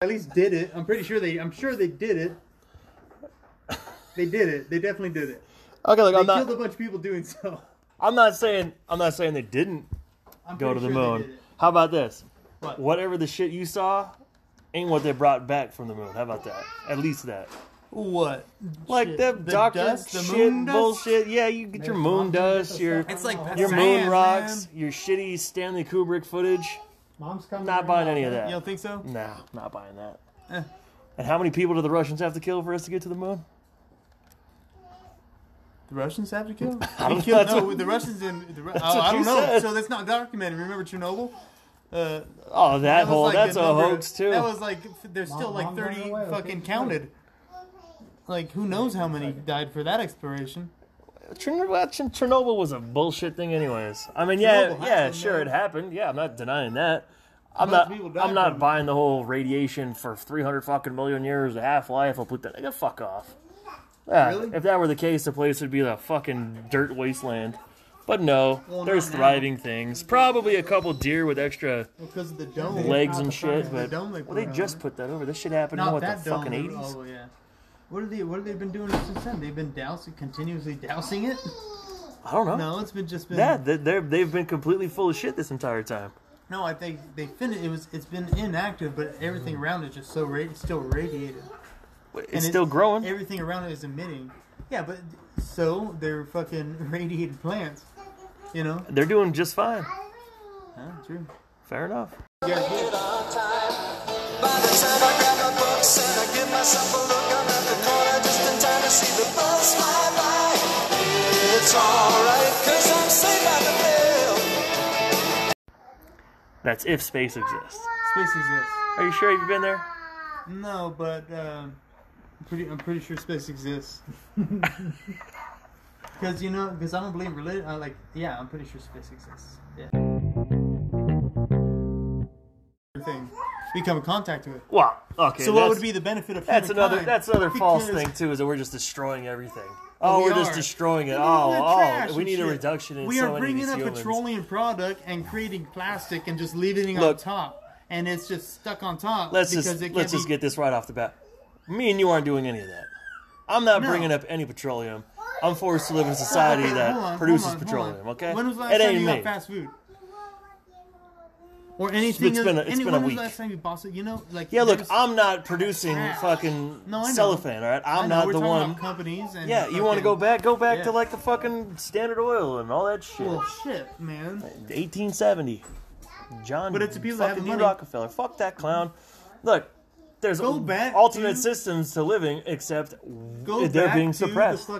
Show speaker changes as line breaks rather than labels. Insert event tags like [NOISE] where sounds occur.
at least did it. I'm pretty sure they. I'm sure they did it. They did it. They definitely did it.
Okay, look,
They
I'm
killed a
not.
bunch of people doing so.
I'm not saying. I'm not saying they didn't
I'm
go to
pretty
the
sure they
moon.
did it.
How about this?
What?
Whatever the shit you saw, ain't what they brought back from the moon. How about that? At least that.
What?
Like
Shit.
that
The
doctor
dust, the
shit
moon dust?
bullshit. Yeah, you get your moon dust, your
It's like
your
Pizzazz,
moon rocks,
man.
your shitty Stanley Kubrick footage.
Mom's coming.
Not buying any of
You
that.
don't think so?
Nah, not buying that.
Eh.
And how many people do the Russians have to kill for us to get to the moon?
The Russians have to kill.
[LAUGHS] don't know.
We killed,
That's
no,
what-
the Russians didn't. The, Ru-
[LAUGHS] That's
oh,
what
I don't
you
know.
said.
So that's not documented. Remember Chernobyl? Uh,
Oh, that,
was
whole
like
that's
the
a
number-
hoax too.
That was like f- there's still
Mom-
like
Mom ran
30
away, okay,
fucking
good.
counted. Like who knows how many died for that exploration?
Chern- well, Chern- Chernobyl was a bullshit thing, anyways. I mean, yeah,
Chernobyl
yeah,
happened,
sure,
though.
it happened. Yeah, I'm not denying that. I'm
bunch
not.
of people died
I'm not
from it.
buying the whole radiation for 300 fucking million years, a half life. I'll put that. Get fuck off. Yeah,
Really?
If that were the case, the place would be the fucking dirt wasteland. But no,
Well,
there's
not now.
thriving things. Probably a couple deer with extra
Because of the dome.
legs and
the
shit.
fucking-
But
the dome they
well, they
put
just
on.
put that over. This shit happened in
Not
what the
that dome.
fucking 80s.
Oh yeah. What are they? What have they been doing since then? They've been dousing, continuously dousing
[LAUGHS]
it.
I don't know.
No, it's been just been.
Yeah, they- they're, they've been completely full of shit this entire time.
No, I think they finished. It was. It's been inactive, but everything around it is just so ra- still radiated.
Mm. It's
And
still growing.
Everything around it is emitting. Yeah, but so they're fucking [LAUGHS] radiated plants. You know.
They're doing just fine.
Yeah, true.
Fair enough. That's if space exists.
Space exists.
Are you sure? Have you been there?
No, but um, pretty. I'm pretty sure space exists. Because you know, because I don't believe in religion. I like, yeah, I'm pretty sure space exists. Yeah. Thing, we come in contact with.
Well, okay.
so what
that's-
would be the benefit of?
That's another.
humankind?
That's another false
Because-
thing too. Is that we're just destroying everything. Oh,
we
we are just
are.
destroying it.
Look at all
Oh,
that trash
oh, we
and
need a
shit.
reduction in
We
so
are
many
bringing
of
up
these humans.
petroleum product and creating plastic and just leaving it on
Look.
top, and it's just stuck on top.
Let's
because
just
it can't
let's just
be-
get this right off the bat. Me and you aren't doing any of that. I'm not
No.
bringing up any petroleum. I'm forced to live in a society
Hold
that
on, hold
produces
on, hold
petroleum.
on.
Okay,
When was the
it
last time
ain't
you
me.
got fast food? Or anything?
It's been a- it's
any,
been a
when was
week.
the last time you bought it? You know, like
yeah, look,
there's-
I'm not producing
Trash.
fucking
No, I know.
cellophane. All right,
I
I'm
know,
not
we're
the
talking
one.
about companies and
Yeah, you want to go
fucking-
back? Go back to
Yeah.
like the fucking Standard Oil and all that shit.
Well, shit, man.
1870. John
But it's the people that have
fucking
the
D.
money.
Rockefeller. Fuck that clown. Look, there's
Go back
alternate
to-
systems to living except
Go
they're
back
being
to the
suppressed.
fucking